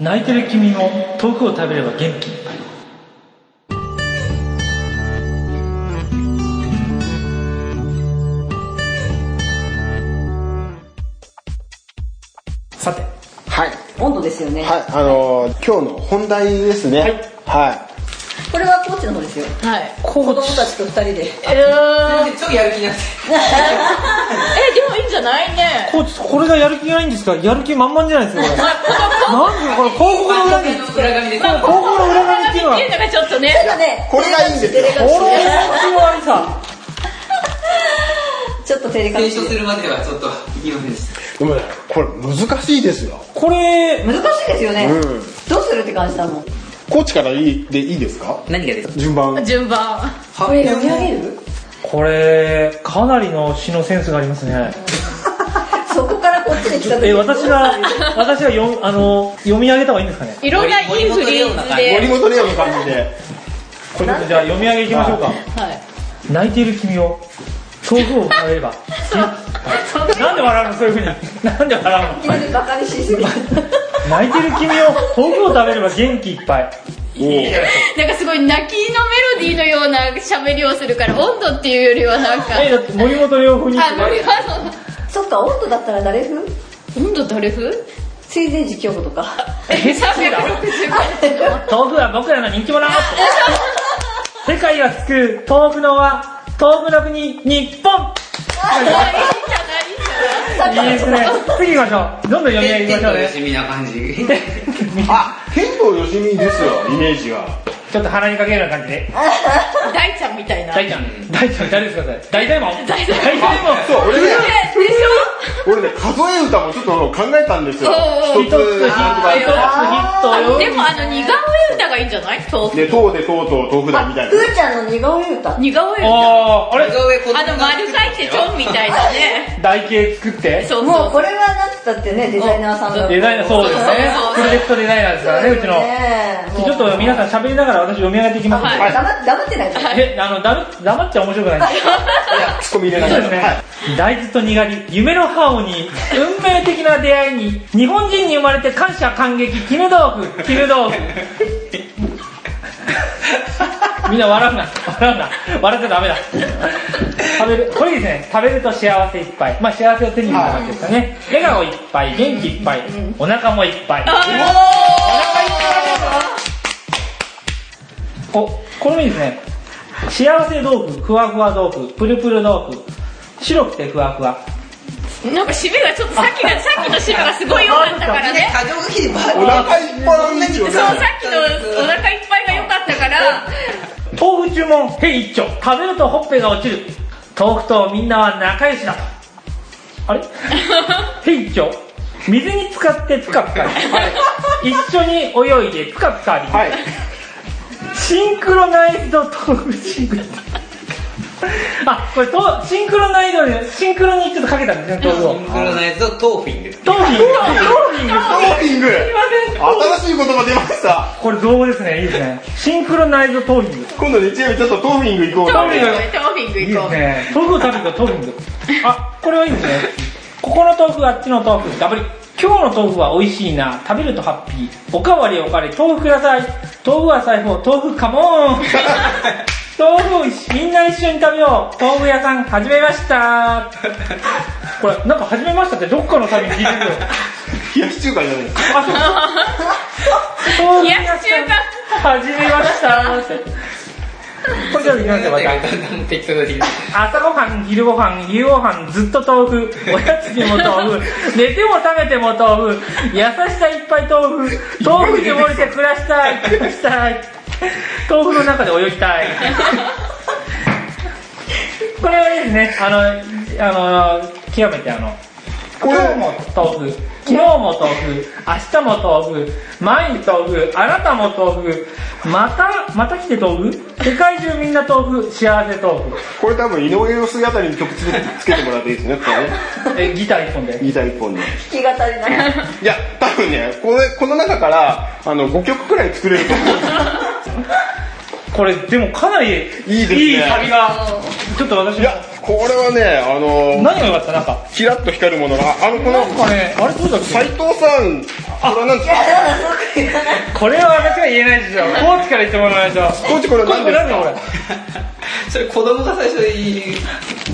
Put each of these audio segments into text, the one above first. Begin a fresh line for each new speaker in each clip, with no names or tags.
泣いてる君も遠くを食べれば元気いっぱいさて
はい。
温度ですよね、
はい。あのー今日の本題ですね。
はい
は
これはコーチの方ですよ
はい。
子供たちと二人で
えー、え、で
超やる気になって
もいいんじゃないね。
コーチこれがやる気がないんですかやる気満々じゃないですかこれなんでこれ広告の裏に広
裏紙でこ
告の裏側にっていうのは
っていうのがちょっとね。
ちょっとね
これがいいんですよ
照れ
これ
隠し
はありさ
ちょっと照れ
う提
隠し
唱するまではちょっと言いませんでした
い。でもね、これ難しいですよ。
これ
難しいですよね、
うん
どうするって感じだもん
コーチからいいでいいですか
何がですか
順番。
順番。
これ読み上げる
これかなりの詩のセンスがありますね
そこからこっちに来た時
え私が私がよあの読み上げた方がいいんですかね
いろんないいフリーズ
森
で。
本レオの感じで。
ということでじゃあ読み上げいきましょうか
はい。
泣いている君を豆腐を食べればなんで笑うのそういうふうになんで笑うの
バカにしすぎる
泣いている君を豆腐を食べれば元気いっぱい
なんかすごい泣きのメロディーのような喋りをするから、温度っていうよりはなんか。
えだって森本涼風に
あ、森は
そっか温度だったら誰風
温度どれ風
水前寺京子とか
え、365
豆腐は僕らの人気者世界を救う豆腐の輪豆腐の国日本
いいじゃない、
い
いいじゃない。
いです ね次行きましょうどんどん読み上げいきましょ
天
う
童
ね
よしみな感じ
あ、剣道よしみですよ、イメージは。
ちょっと鼻にかけるような感じで
大ちゃんみたいな。
大ちゃん大ちゃん誰ですかそれ大体も大体も
そう、俺ね、
えでし
俺ね、数え歌もちょっと考えたんですよ。
おうおう
一
一つヒッ
つ
ト、一つヒット
ょ
よ
でもあの、似顔絵歌がいいんじゃない豆腐。
で、とうでとうとう豆腐だみたいな。
ふーちゃんの似顔絵歌
似顔絵歌。
あーあ
あ
れ
あの、丸書いてちょんみたいなね。
台形作って
そう
も
そう
これはなったってねデザイナーさんが
デザイナーそうですねプロジェクトデザイナーですからねうちのちょっと皆
ん
さん喋りながら私読み上げていきます
はい
ん
黙
で
っ黙ってないから
えあのだる黙っちゃ面白くないんです
ツッコミ入れな
そ
が
うですね、
ら。はい。
大豆とにがり夢のハーモニー運命的な出会いに日本人に生まれて感謝感激絹豆腐絹豆 腐みんな笑うな笑うな笑っちゃダメだ食べるこれいいですね食べると幸せいっぱいまあ幸せを手に入れたわけですかね笑顔いっぱい元気いっぱいお腹もいっぱいおこれもいいですね幸せ豆腐ふわふわ豆腐プルプル豆腐白くてふわふわ
なんか締めがちょっとさっきが、 さっきの締めがすごい良かったからね。
過剰書きでバーッ
お腹いっぱいあるんですよ
そう、
ね。
さっきのお腹いっぱいが良かったから、
豆腐注文へい一丁食べるとほっぺが落ちる豆腐とみんなは仲良しだあれへい一丁水に浸かってぷかぷかに一緒に泳いでぷかぷかに、
はい。
シンクロナイズド豆腐シンクロあこれとシンクロナイズドでシンクロにちょっとかけたんですね豆腐を
シンクロナイズドトーフィンです
トーフィングトーフィング
トーフィング
すいません
新しい言葉出ました。
これ造語ですねいいですねシンクロナイズドトーフィング
今度日曜日ちょっとトーフィング行こう
トーフィング
な。、
トーフィング
いいで
行こ
す
う。
ね。豆腐を食べると豆腐に。あ、これはいいですね。ここの豆腐、あっちの豆腐、ダブリ。今日の豆腐は美味しいな。食べるとハッピー。おかわりおかわり、豆腐ください。豆腐は財布、豆腐カモン。 豆腐を一緒みんな一緒に食べよう。豆腐屋さん、始めました。これ、なんか始めましたってどっかの旅に聞いてるよ。
冷やし中華じゃないですか。
あ、そう。豆腐
冷
屋
や
さん
し中華。
始めましたって。 これじゃあ、いきますよ、また。
適当だけど
朝ごはん、昼ごはん、夕ごはん、ずっと豆腐、おやつにも豆腐、寝ても食べても豆腐、優しさいっぱい豆腐、豆腐に溺れて暮らしたい、暮らしたい、豆腐の中で泳ぎたい。これはいいですね、あの、あの、極めてあの、
こ
今日
れ
も豆腐、昨日も豆腐、明日も豆腐、毎日豆腐、あなたも豆腐、また、また来て豆腐、世界中みんな豆腐、幸せ豆腐。
これ多分井上陽水あたりに曲つけてつけてもらっていいですね、これね。
え、ギター一本で。
ギター一本で。
弾き語りない
いや、多分ね、これ、この中から、あの、5曲くらい作れると思う。
これ、でもかなり、いい
ですね
いいサビが。ちょっと私
いや、これはね、あの
何が良かったなんか。
キラッと光るものが、あの、この、
なんかね、あれどうだっ
斉藤さん、これは何ですか
や、そうなんです。
これは私が言えないでしょ。コーチから言ってもらいましょう。
コーチこれ何ですか
これこれ
それ子供が最初に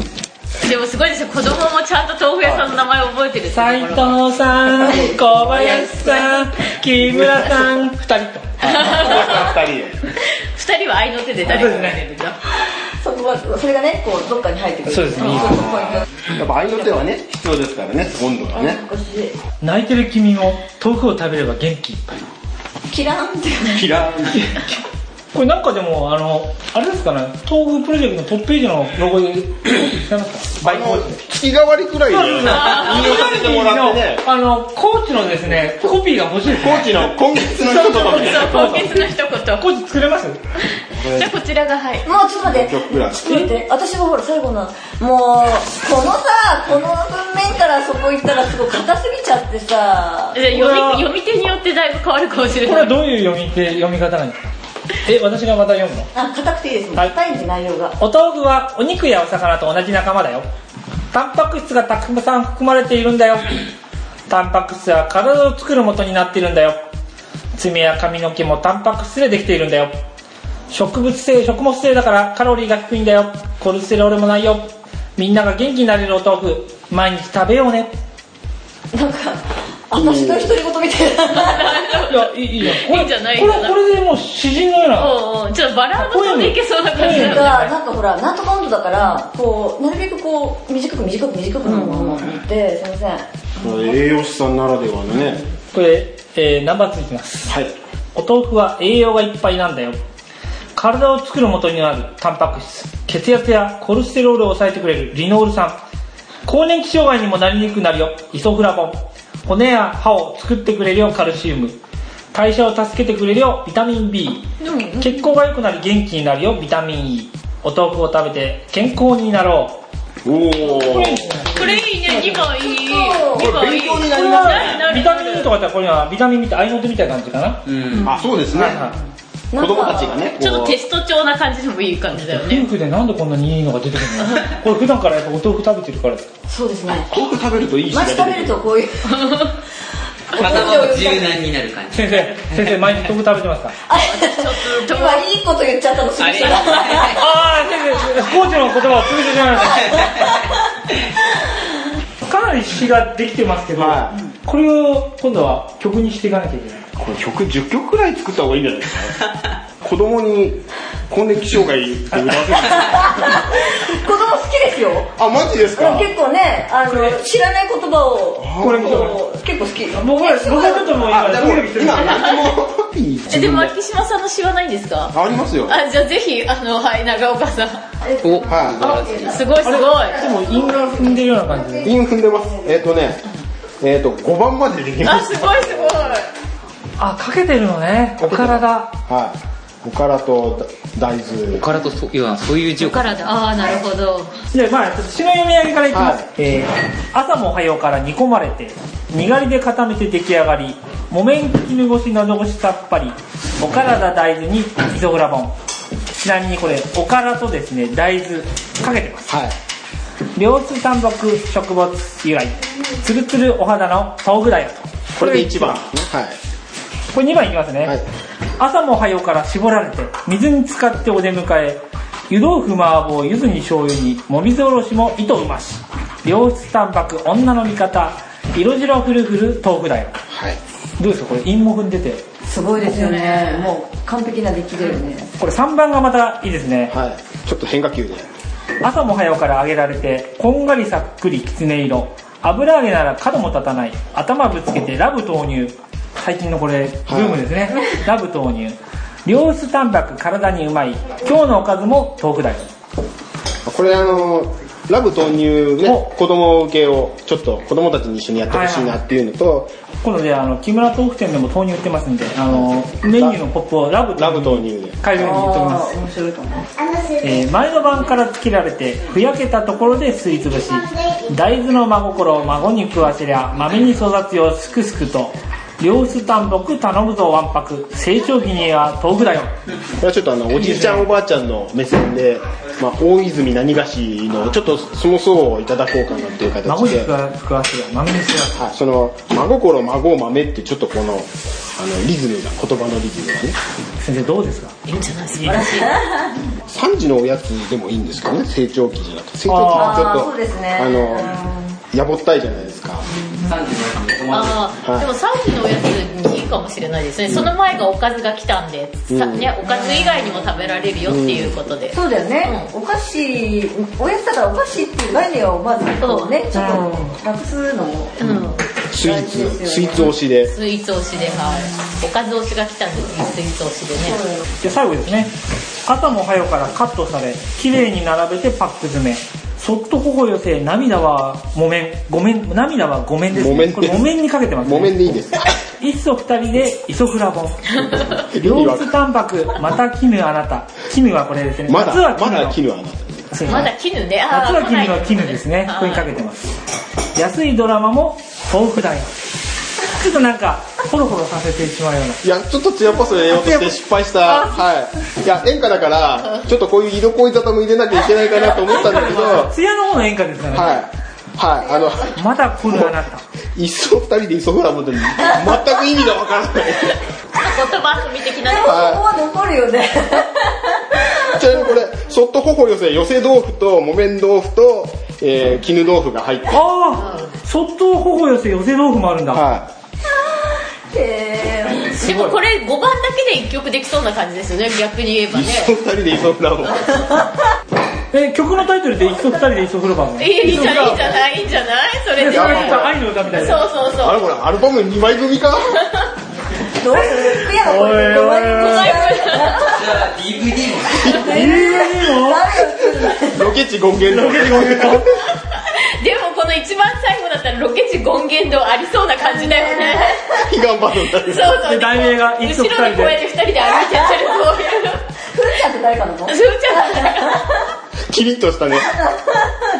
でもすごいですよ子供もちゃんと豆腐屋さんの名前覚えてるって
斉
いうところ
藤さん、小林さん、木村さん、二人と。
二人
二人は合いの手で誰かが出るんだ
そこは、それがね、こう、どっかに入ってくる。
そうですね
ちょっとポイント。
やっぱ愛の手はね必要ですからね温度がね
あ私、
泣いてる君も豆腐を食べれば元気いっぱい。
キラーンっていうね。
キラー
これなんかでも、あの、あれですかね、豆腐プロジェクトのトップページのロゴで、使いますかバイコーチで。
月替わりくらいで引用させてもらってね
あの、コーチのですね、コピーが欲しいです、
コーチの今月の一言みたいな
そう今月の一言
コーチ作れます
じゃあこちらがはい
もうちょっと待って、ちょっ
曲くらい
と待って、私はほら最後の、もう、このさ、この文面からそこ行ったらすごい硬すぎちゃってさ、
じゃあ読み読み手によってだいぶ変わるかもしれ
これ
な
はいどういう読み手、読み方なんですかえ、私がまた読むの
あ、硬くていいですね。
はい
硬いんで内容が。
お豆腐はお肉やお魚と同じ仲間だよタンパク質がたくさん含まれているんだよタンパク質は体を作る元になっているんだよ爪や髪の毛もタンパク質でできているんだよ植物性食物性だからカロリーが低いんだよコルセロールもないよみんなが元気になれるお豆腐毎日食べよう ね
なんか、私の独り言みたいな。
いやいいいいよこれ
いいんじゃない
これ
いいんじゃない
これでもう詩人のような
おうおうちょっとバラード飛んでいけそうな感じ
なん
だ
か、なんかほら、なんとか温度だから、こう、なるべくこう、短く短く短くなのかなと思って、すいません。
栄養士さんならではのね
これ、えーナンバー2いきます
はい
お豆腐は栄養がいっぱいなんだよ体を作る元になるタンパク質血圧やコレステロールを抑えてくれるリノール酸更年期障害にもなりにくくなるよイソフラボン骨や歯を作ってくれるよカルシウム代謝を助けてくれるよビタミン B 血行が良くなり元気になるよビタミン E お豆腐を食べて健康になろう
おお
これいいですね
これいいね2番いい
こ
2番いい
これ勉強に
こ
な
れ
り
はビタミン E とか
か
だったらこれはビタミンみたい合いの手みたいな感じかな、
うん
あそうですね
はいはい
子供たちがね
ちょっと
こ
テスト調な感じでもいい感じだよ
ピン
ね
クでなんでこんなにいいのが 出てくるのこれ普段からやっぱお豆腐食べてるからですか
そうですね。
う豆腐食べるといいし
まず食べるとこういう。
頭が柔軟になる感じ
先生先生毎日豆腐食べてますか
あ
ょっと
今いいこと言っちゃったの、す
あ
み
れ
ませ ん
ああ先生コーチの言葉を潰してしまいま したかなり詩ができてますけど、
は
これを今度は曲にしていかなきゃいけない
これ曲10曲くらい作った方がいいんじゃないです か子供に更年期障害って歌わせる
子供好きですよ。
あマジです
うん
か
結構ね、あの、知らない言葉を、
これ
結構結構好き。
僕は僕はちょっともう今
あじゃあもう今何でもコピー自
えで
分
も
で
秋島さんの詩はないんですか
ありますよ
あじゃあぜひあのはい長岡さん
お
は
すごいすごい
でも韻が踏んでるような感じで
い韻踏んでますえっとねえっと5番までできま
あ
す
すごいすごい
あかけてるのねお体
はいおからと大豆
おからとそういやそういう字を
からだああなるほど
じゃあまあちょっと詩の読み上げからいきます、
は
えー朝も早うから煮込まれてにがりで固めて出来上がり木綿絹ごし喉越しさっぱりお体大豆にイソフラボンちなみにこれおからとですね大豆かけてます
はい
良質単独植物由来つるつるお肌の豆腐だよと
これで1番はい
これ2番いきますね、
はい
朝も早うから絞られて水に浸かってお出迎え湯豆腐麻婆柚子に醤油にもみずおろしも糸うまし良質タンパク女の味方色白フルフル豆腐だよ
はい
どうですかこれ韻も踏んでて
すごいですよね。もう完璧な出来だよね。
これ3番がまたいいですね
はいちょっと変化球で
朝も早うから揚げられてこんがりさっくりきつね色油揚げなら角も立たない頭ぶつけてラブ投入最近のこれブームですね、ラブ投入良質タンパク体にうまい今日のおかずも豆腐だよ
これあのラブ投入ね
お
子供受けをちょっと子供たちに一緒にやってほしいなっていうのと
今度であの木村豆腐店でも豆乳売ってますんであのメニューのポップをラブ
ラブ
豆
投
乳
入で
改良に言っておりま
あ
す
ー、面白いかも。
えー前の晩からつけられてふやけたところですりつぶし大豆の真心を孫に食わせりゃ豆に育つよすくすくと良質淡木頼むぞわんぱく成長期には豆腐だよ
これはちょっとあのおじいちゃんおばあちゃんの目線で、まあ、大泉何がしのちょっとその層をいただこうかなっていう形
孫に
で
食、わ食わせる豆に食わせ
はい、その真心孫豆ってちょっとこのあのリズムが言葉のリズムがね
る先生どうですか
いいんじゃないですか
3時のおやつでもいいんですかね成長期じゃなくて成長期
あ
はちょっ
ああ
と
そうですね
あの
うん
やぼったいじゃないですか
三時のおやつも困
ああ、でも3時のおやつにいいかもしれないですね、その前がおかずが来たんで、さ
うん
ね、おかず以外にも食べられるよっていうことで、
そうだよね、お菓子おやつだからお菓子っていう概念をまずこうねちょっとなくすのも
うん
スイーツ、
大事ですよね
スイーツ推しで
スイーツ推しで、はい、おかず推しが来たんでスイーツ推しでね、
じゃあ最後ですね朝も早からカットされ綺麗に並べてパック詰めそっと頬寄せ涙は木綿ごめん涙はごめんですね
木綿です
これ木綿にかけてます
木綿
ね
でいいですか
一層二人でイソフ ラボン
意味
良
わ
質
か
タンパクまた絹あなた絹はこれですね
ま
夏は
だまだ絹はあなた
そうです
まだ絹ね、あ
夏
あ
は絹の絹ですねここにかけてます安いドラマも豆腐だよちょっとなんかホロホロさせてしまうようない
や、ちょっと艶っぽさでやろうとして失敗した。はい。いや、演歌だから、ちょっとこういう色恋沙汰も入れなきゃいけないかなと思ったんだけど、はい。
艶の方の演歌ですよね、
はい。あの、
まだ来るあなた
一層二人でイソフラボンって全く意味がわからない。
言葉遊び的な
で
ね
もそこは残る よね
ちなみにこれ、そっと頬寄せ、寄せ豆腐と木綿豆腐と、えー、絹豆腐が入って。
ああ、そっと頬寄せ寄せ豆腐もあるんだ、
は
へー
でもこれ5番だけで1曲できそうな感じですよね逆に言えば
い。
ね
一層二人でイソフラボン。
え曲のタイトルで一足二人で一足フロバ
いいいいじゃないいいじゃないいいじゃないそれで
それなんか愛の歌みたいな
そうそうそう
あれこれ、アルバム2枚組か
どうするクヤの声で
おいおいおい
じゃあ DVD も
ええも
ロケ地権限ロケ地権限
でもこの一番最後だったらロケ地権限度ありそうな感じだよね
悲願バトルだ
そうそう
で題名が一足
後
二
ろ
人
でこうやっ
で
て2人で歩いてやってるそういうの
ふるちゃんって誰か の子ちょ
そうじゃない
キリッとしたね。
っ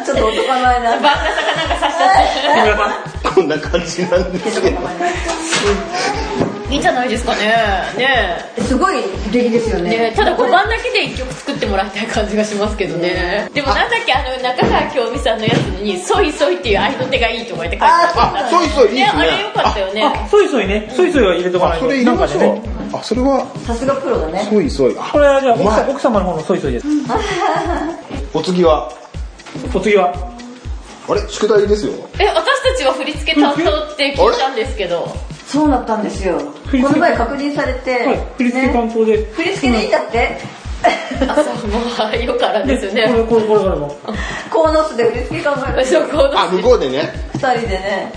と男前な
バンガサかなんかさしちゃっ
木村さん
こんな感じなんですけど。
ていいんじゃないですかねね
すごい素敵ですよね
ね、ただ5番だけで1曲作ってもらいたい感じがしますけどね、でもなんだっけあの中川京美さんのやつに「そいそい」っていう合いの手がいいとか言って書いてあ
あ、そういそういいですね。
あれよかったよね
あそいそいねそいそいは入れとかな
あ、
い
そ
と
れ入
な
れ
んか
ま
で
しょう
ね。
あ、それは、
さすがプロだね
そういそうい。あ
これはじゃあ奥
うま
さ
い
奥様の方のそいそいです
お次は、
お次は
あれ宿題ですよ。
え私たちは振り付け担当って聞いたんですけど
そうなったんですよこ
振り付け
の前確認されて
はい振り付け
ね
担当で
振り付けでいいん だって
あそうもうよから
で
ですよ
こ
ね
れこれこれこれ も
コーノスで振り付け考えまし
そ
ょう
この
あ、向こうでね。
2人でね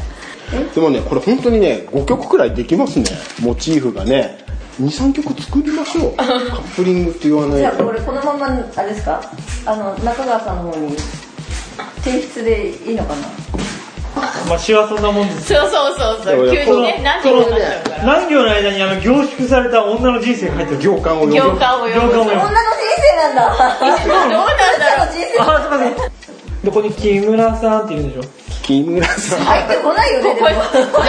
でもね、これ本当にね、5曲くらいできますね。モチーフがね。2、3曲作りましょう。カップリングって言わない
じゃあこれこのままあれですかあの中川さんの方に提出でいいのかな
まあ幸せなもんです
そうそうそうそう急にね何て言うかなっちゃうから
何行の間にあの凝縮された女の人生が入ってる
行間を読
行
む。
間を
行間を
読む
読
女の人生なんだ
どうなんだろう
女の人生
あすいませんでここに木村さんって言うんでしょ
木村さん。
入ってこないよねで
こ
も
れこっちじゃないこ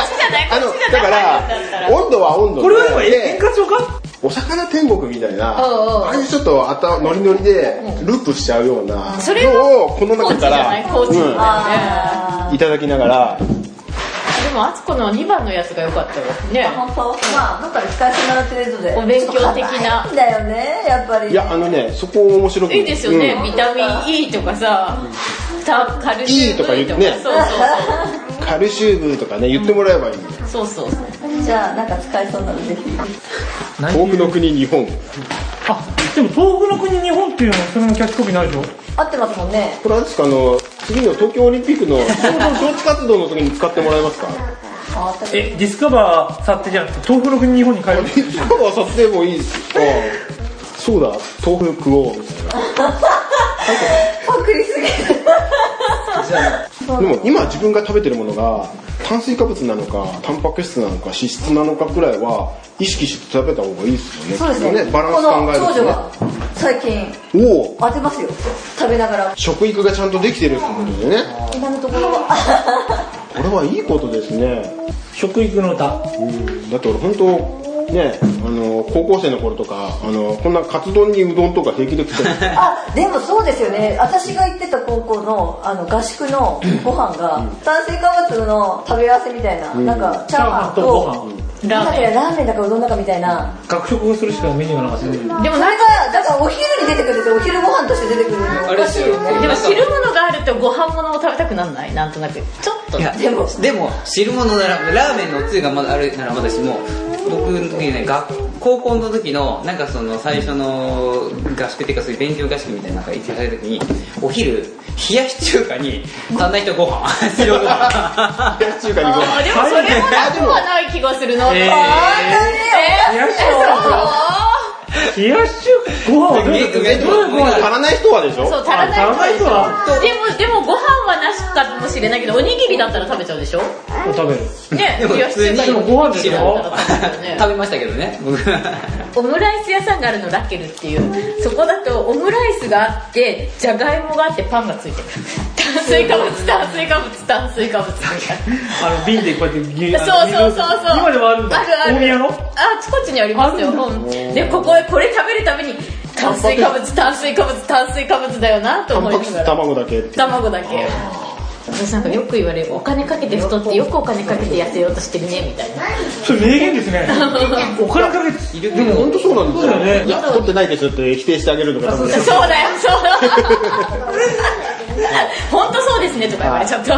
あ
っ
の
ち、じ
だ
ゃ
か
ないだった
ら、
ら
温度は温度
これはでも
で
演歌帳か
お魚天国みたいな、
うんうん
ああいうちょっとあたノリノリでループしちゃうような
それは
のをこの
コ
中
ーチじ
か
ゃない
ら、
コーチ
うん
あ
いただきながら、
でもあつこの2番のやつが良かったよね
あ本当まあどっかで使わせてもらってるので
お勉強的
ち
な
ょっと硬いんだよねやっぱり
いや、あのね、そこ面白く
いいですよね、
うん
ビタミン E とかさ、たカルシウム
E とか言ってねカルシウムとかね、言ってもらえばいい。
そうそうそうそう そう
じゃあなんか使えそうなのでぜひ
遠くの国、日本。
あでも東北の国日本っていうのはそれのキャッチコピーないでしょ
合ってますもんね
これあれですか、あの、次の東京オリンピックのちょうど招致活動の時に使ってもらえますか
あ私
えディスカバー去ってじゃなくて東北の国日本に帰る
今日は撮影もいいですよ。そうだ、豆腐食おうみたいな。
パクリすぎる
でも今自分が食べてるものが炭水化物なのかタンパク質なのか脂質なのかくらいは意識して食べた方がいいですよね
そうですね
バランス考える
この
と
長女が最近
ねおお
当てますよ食べながら
食育がちゃんとできてるってことでね
今のところは
これはいいことですね
食育の歌
うんだって俺本当ねあの高校生の頃とかあのこんなカツ丼にうどんとか平気で食ってた
あでもそうですよね私が行ってた高校のあの合宿のご飯が、炭水化物の食べ合わせみたいな、
ん
なんかチャーハン
チャーハンと
と
ご飯
なんだっけラーメンだかうどんだかみたいな、
学食をするしかメニューがなかったよ、
でも
それ
な
が
んか
だからお昼に出てくるとお昼ご飯として出てくるのおかしいよ
あれ
で
ね
も汁物があるとご飯物も食べたくなんないなんとなくちょっと
いや
でも
でも汁物ならラーメンのおつゆがまだあるならまだしも僕の時にね学高校の時のなんかその最初の合宿っていうかそういう勉強合宿みたいなのが一応された時にお昼冷やし中華に足んない人ご飯 白ご飯
冷やし中華にご飯
あでもそれはなくはない気がするな
えー
冷やし冷やし中華ご飯をどういうことどう
え
いうご飯
足らない人はでしょ
そう足ら
あ足らな
ないい
人
人
は
でしょでもでもご飯はなしかもしれないけどおにぎりだったら食べちゃうでしょ
を食べる
ね
でも
冷やし中華
でもご飯でしょ
汁物だったら食べちゃうよね
食べましたけどね僕
オムライス屋さんがあるのラッケルっていうそこだとオムライスがあってじゃがいもがあってパンがついてる炭水化物炭水化物炭水化物みたい な
あの瓶でこうやって牛
そうそうそうそう
今でもあるんだ
あるある
大宮の
あちこちにありますようんでこここれ食べるために炭水化物炭水化物炭水化物だよなと
タン
思
パク
いな
質
がら
卵だけ
卵だけ私なんかよく言われるお金かけて太ってよくお金かけて痩せようとしてるねみたいな
それ名言ですねお金かけて
いる
でも本当そうなんですよ
そうだよね
いや太ってないですよって否定してあげるのが多分
そうだよそう本当そうですねとか言われちゃった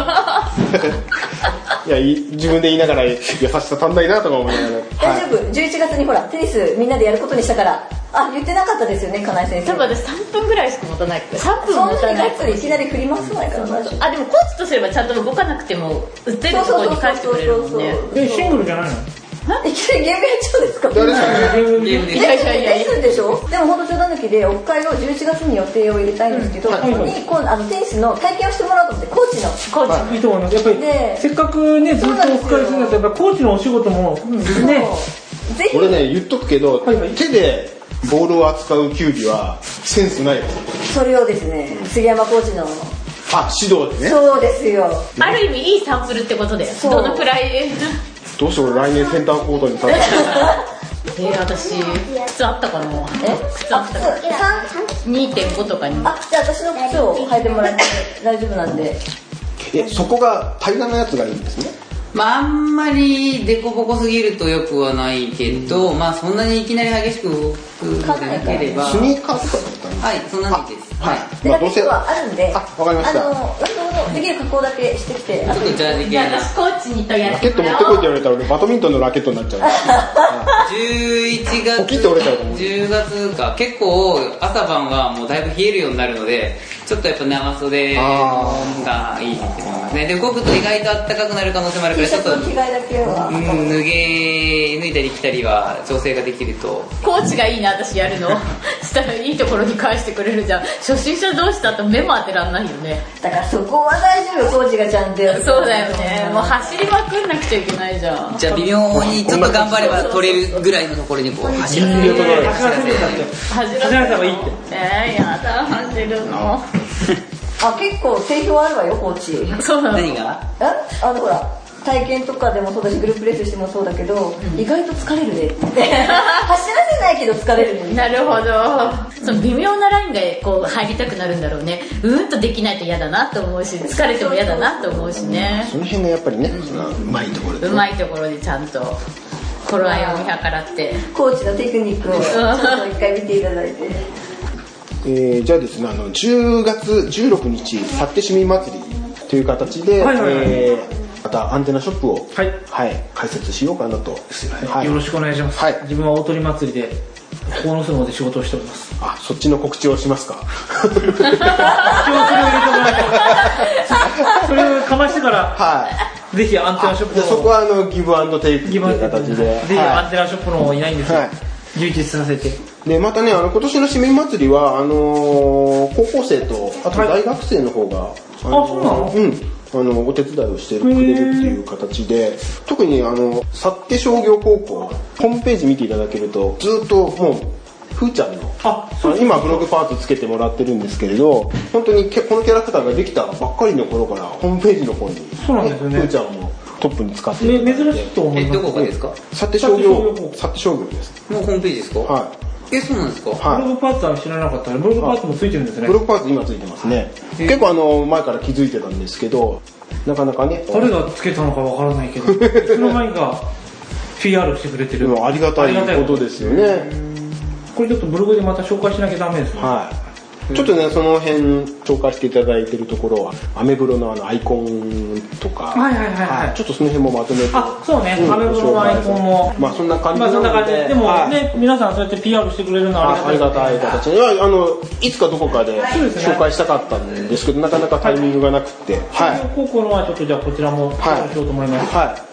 いやい自分で言いながら優しさ足んないなとか思いながら、
大丈夫11月にほらテニスみんなでやることにしたからあ言ってなかったですよね金井先生
多分私3分ぐらいしか持たない3分
そん
持
な
た
に
な
が
い
っつりいきなり振り回さないから大丈夫
あでもコーチとすればちゃんと動かなくても打ってるところに返してくれるもんね
えシングルじゃないの
いきなりゲームやっちゃうんですか
誰ですか
ゲー
い
ムで
やいやいや
レッスンでしょでも本当冗談抜きでオフ会を11月に予定を入れたいんですけど、そこにこうあのテニスの体験をしてもらおうと思ってコーチの
コーチ
いいと思いますやっぱり
ね
せっかくねずっとお疲れするんだったらやっぱコーチのお仕事もね
そうぜひ
俺ね言っとくけど、
はいはい
手でボールを扱う球技はセンスないよ
それをですね杉山コーチの
あ指導でね
そうで すよ
ある意味いいサンプルってことで
そう
どのくらい
どうして俺来年センターコートに立つ
え私靴あったかな
え
靴あ
あ
ったか
靴三
2.5とかに
あじゃあ私の靴を履いてもらって大丈夫なんで
えそこが平らなやつがいいんですね
まああんまりデコボコすぎるとよくはないけど、まあそんなにいきなり激しく動くのでなければ
スニーカーとかだったの
はいそんなのでいいですはい
で
まあど
ラケ
うせ
ットはあるんで
あわかりました
あの私もできる格好だけしてきてあ
ちょ
の
っとジャージ
じ
系
ゃあ
な
私コーチにとや
ラ
っ
ケ
て
ット
も
持っ
ら
てこい
お
って言われたら俺バドミントンのラケットになっちゃ
11月
う起きて折れちゃうと思う
10月か結構朝晩はもうだいぶ冷えるようになるのでちょっとやっぱ長袖がいいって思いますねで動くと意外と暖かくなる可能性もあるか
T
ら
シ
ちょ
ャ
っと
ツの着替え
うん
だけは
脱げ脱いだり着たりは調整ができると
コーチがいいな私やるのしたらいいところに返してくれるじゃん初心者同士だと目も当てらんないよね
だからそこは大丈夫コーチがちゃんとやる
そうだよねもう走りまくんなくちゃいけないじゃん
じゃあ微妙にちょっと頑張れば取れるぐらいのところにこう走らせ
人形と
る
か走らせるんだって
走
走らせた方がいいって
えー、やだ走るの
あ結構定評あるわよコーチ
そうなの
何が
えあのほら体験とかでもそうだしグループレッスンしてもそうだけど、意外と疲れるね って走らせないけど疲れるね
なるほどその微妙なラインがこう入りたくなるんだろうねうーんとできないと嫌だなと思うし疲れても嫌だなと思うしね
うその辺がやっぱりねうまいところ
うまいところでちゃんと頃合いを見計らって
コーチのテクニックをちょっと一回見ていただいて
えーじゃあですねあの10月16日幸手市民祭りという形で、
はいはいはい
えーまたアンテナショップを、
はい
開設しようかなと、はい
よろしくお願いします、
はい
自分は大鳥祭りで鴻巣の方で仕事をしております
あそっちの告知をします か
一応それを入れてもらってそれをかましてから
はい
ぜひアンテナショップ
でそこはあのギブアンドテイクとい
ギバ
う
ー
形で
ぜひ
はい
アンテナショップの方いないんですよ、
はい
充実させて
でまたねあの今年の市民祭りはあのー高校生とあと
はい
大学生の方が、あ
そうなの
うんあのお手伝いをしてくれるっていう形で特にあの幸手商業高校ホームページ見ていただけるとずっともうふーちゃんの
あ
あの今ブログパートつけてもらってるんですけれど本当にけこのキャラクターができたばっかりの頃からホームページの方に
そうなんですよね
ふーちゃんもトップに使って
め
る
珍しいと思
え
い、ます
どこがですか
さて商
幸
業
手商業
さて商業です
もうホームページですか。
はい
え、そうなんですか
いはい
ブログパーツは知らなかったねブログパーツもついてるんですね
ブロックパーツ今ついてますね結構あの前から気づいてたんですけどなかなかね
誰がつけたのかわからないけどい つの間にか PR してくれて
で
る
もありがたいことですよね
これちょっとブログでまた紹介しなきゃダメですね
はいちょっとねその辺紹介していただいてるところはアメブロのあのアイコンとか
はいはいはいはい
ちょっとその辺もまとめて
あそうね
ん
アメブロのアイコンも
まあそんな感じ
まあそんな感じででも
はい
ね皆さんそうやって PR してくれるのは
あ
あ
あり
りが
が
た
た
い
い形にはあのいつかどこかで
そうですね
紹介したかったんですけどなかなかタイミングがなくてはい
高校のはちょっとじゃあこちらも紹介しようと思います
は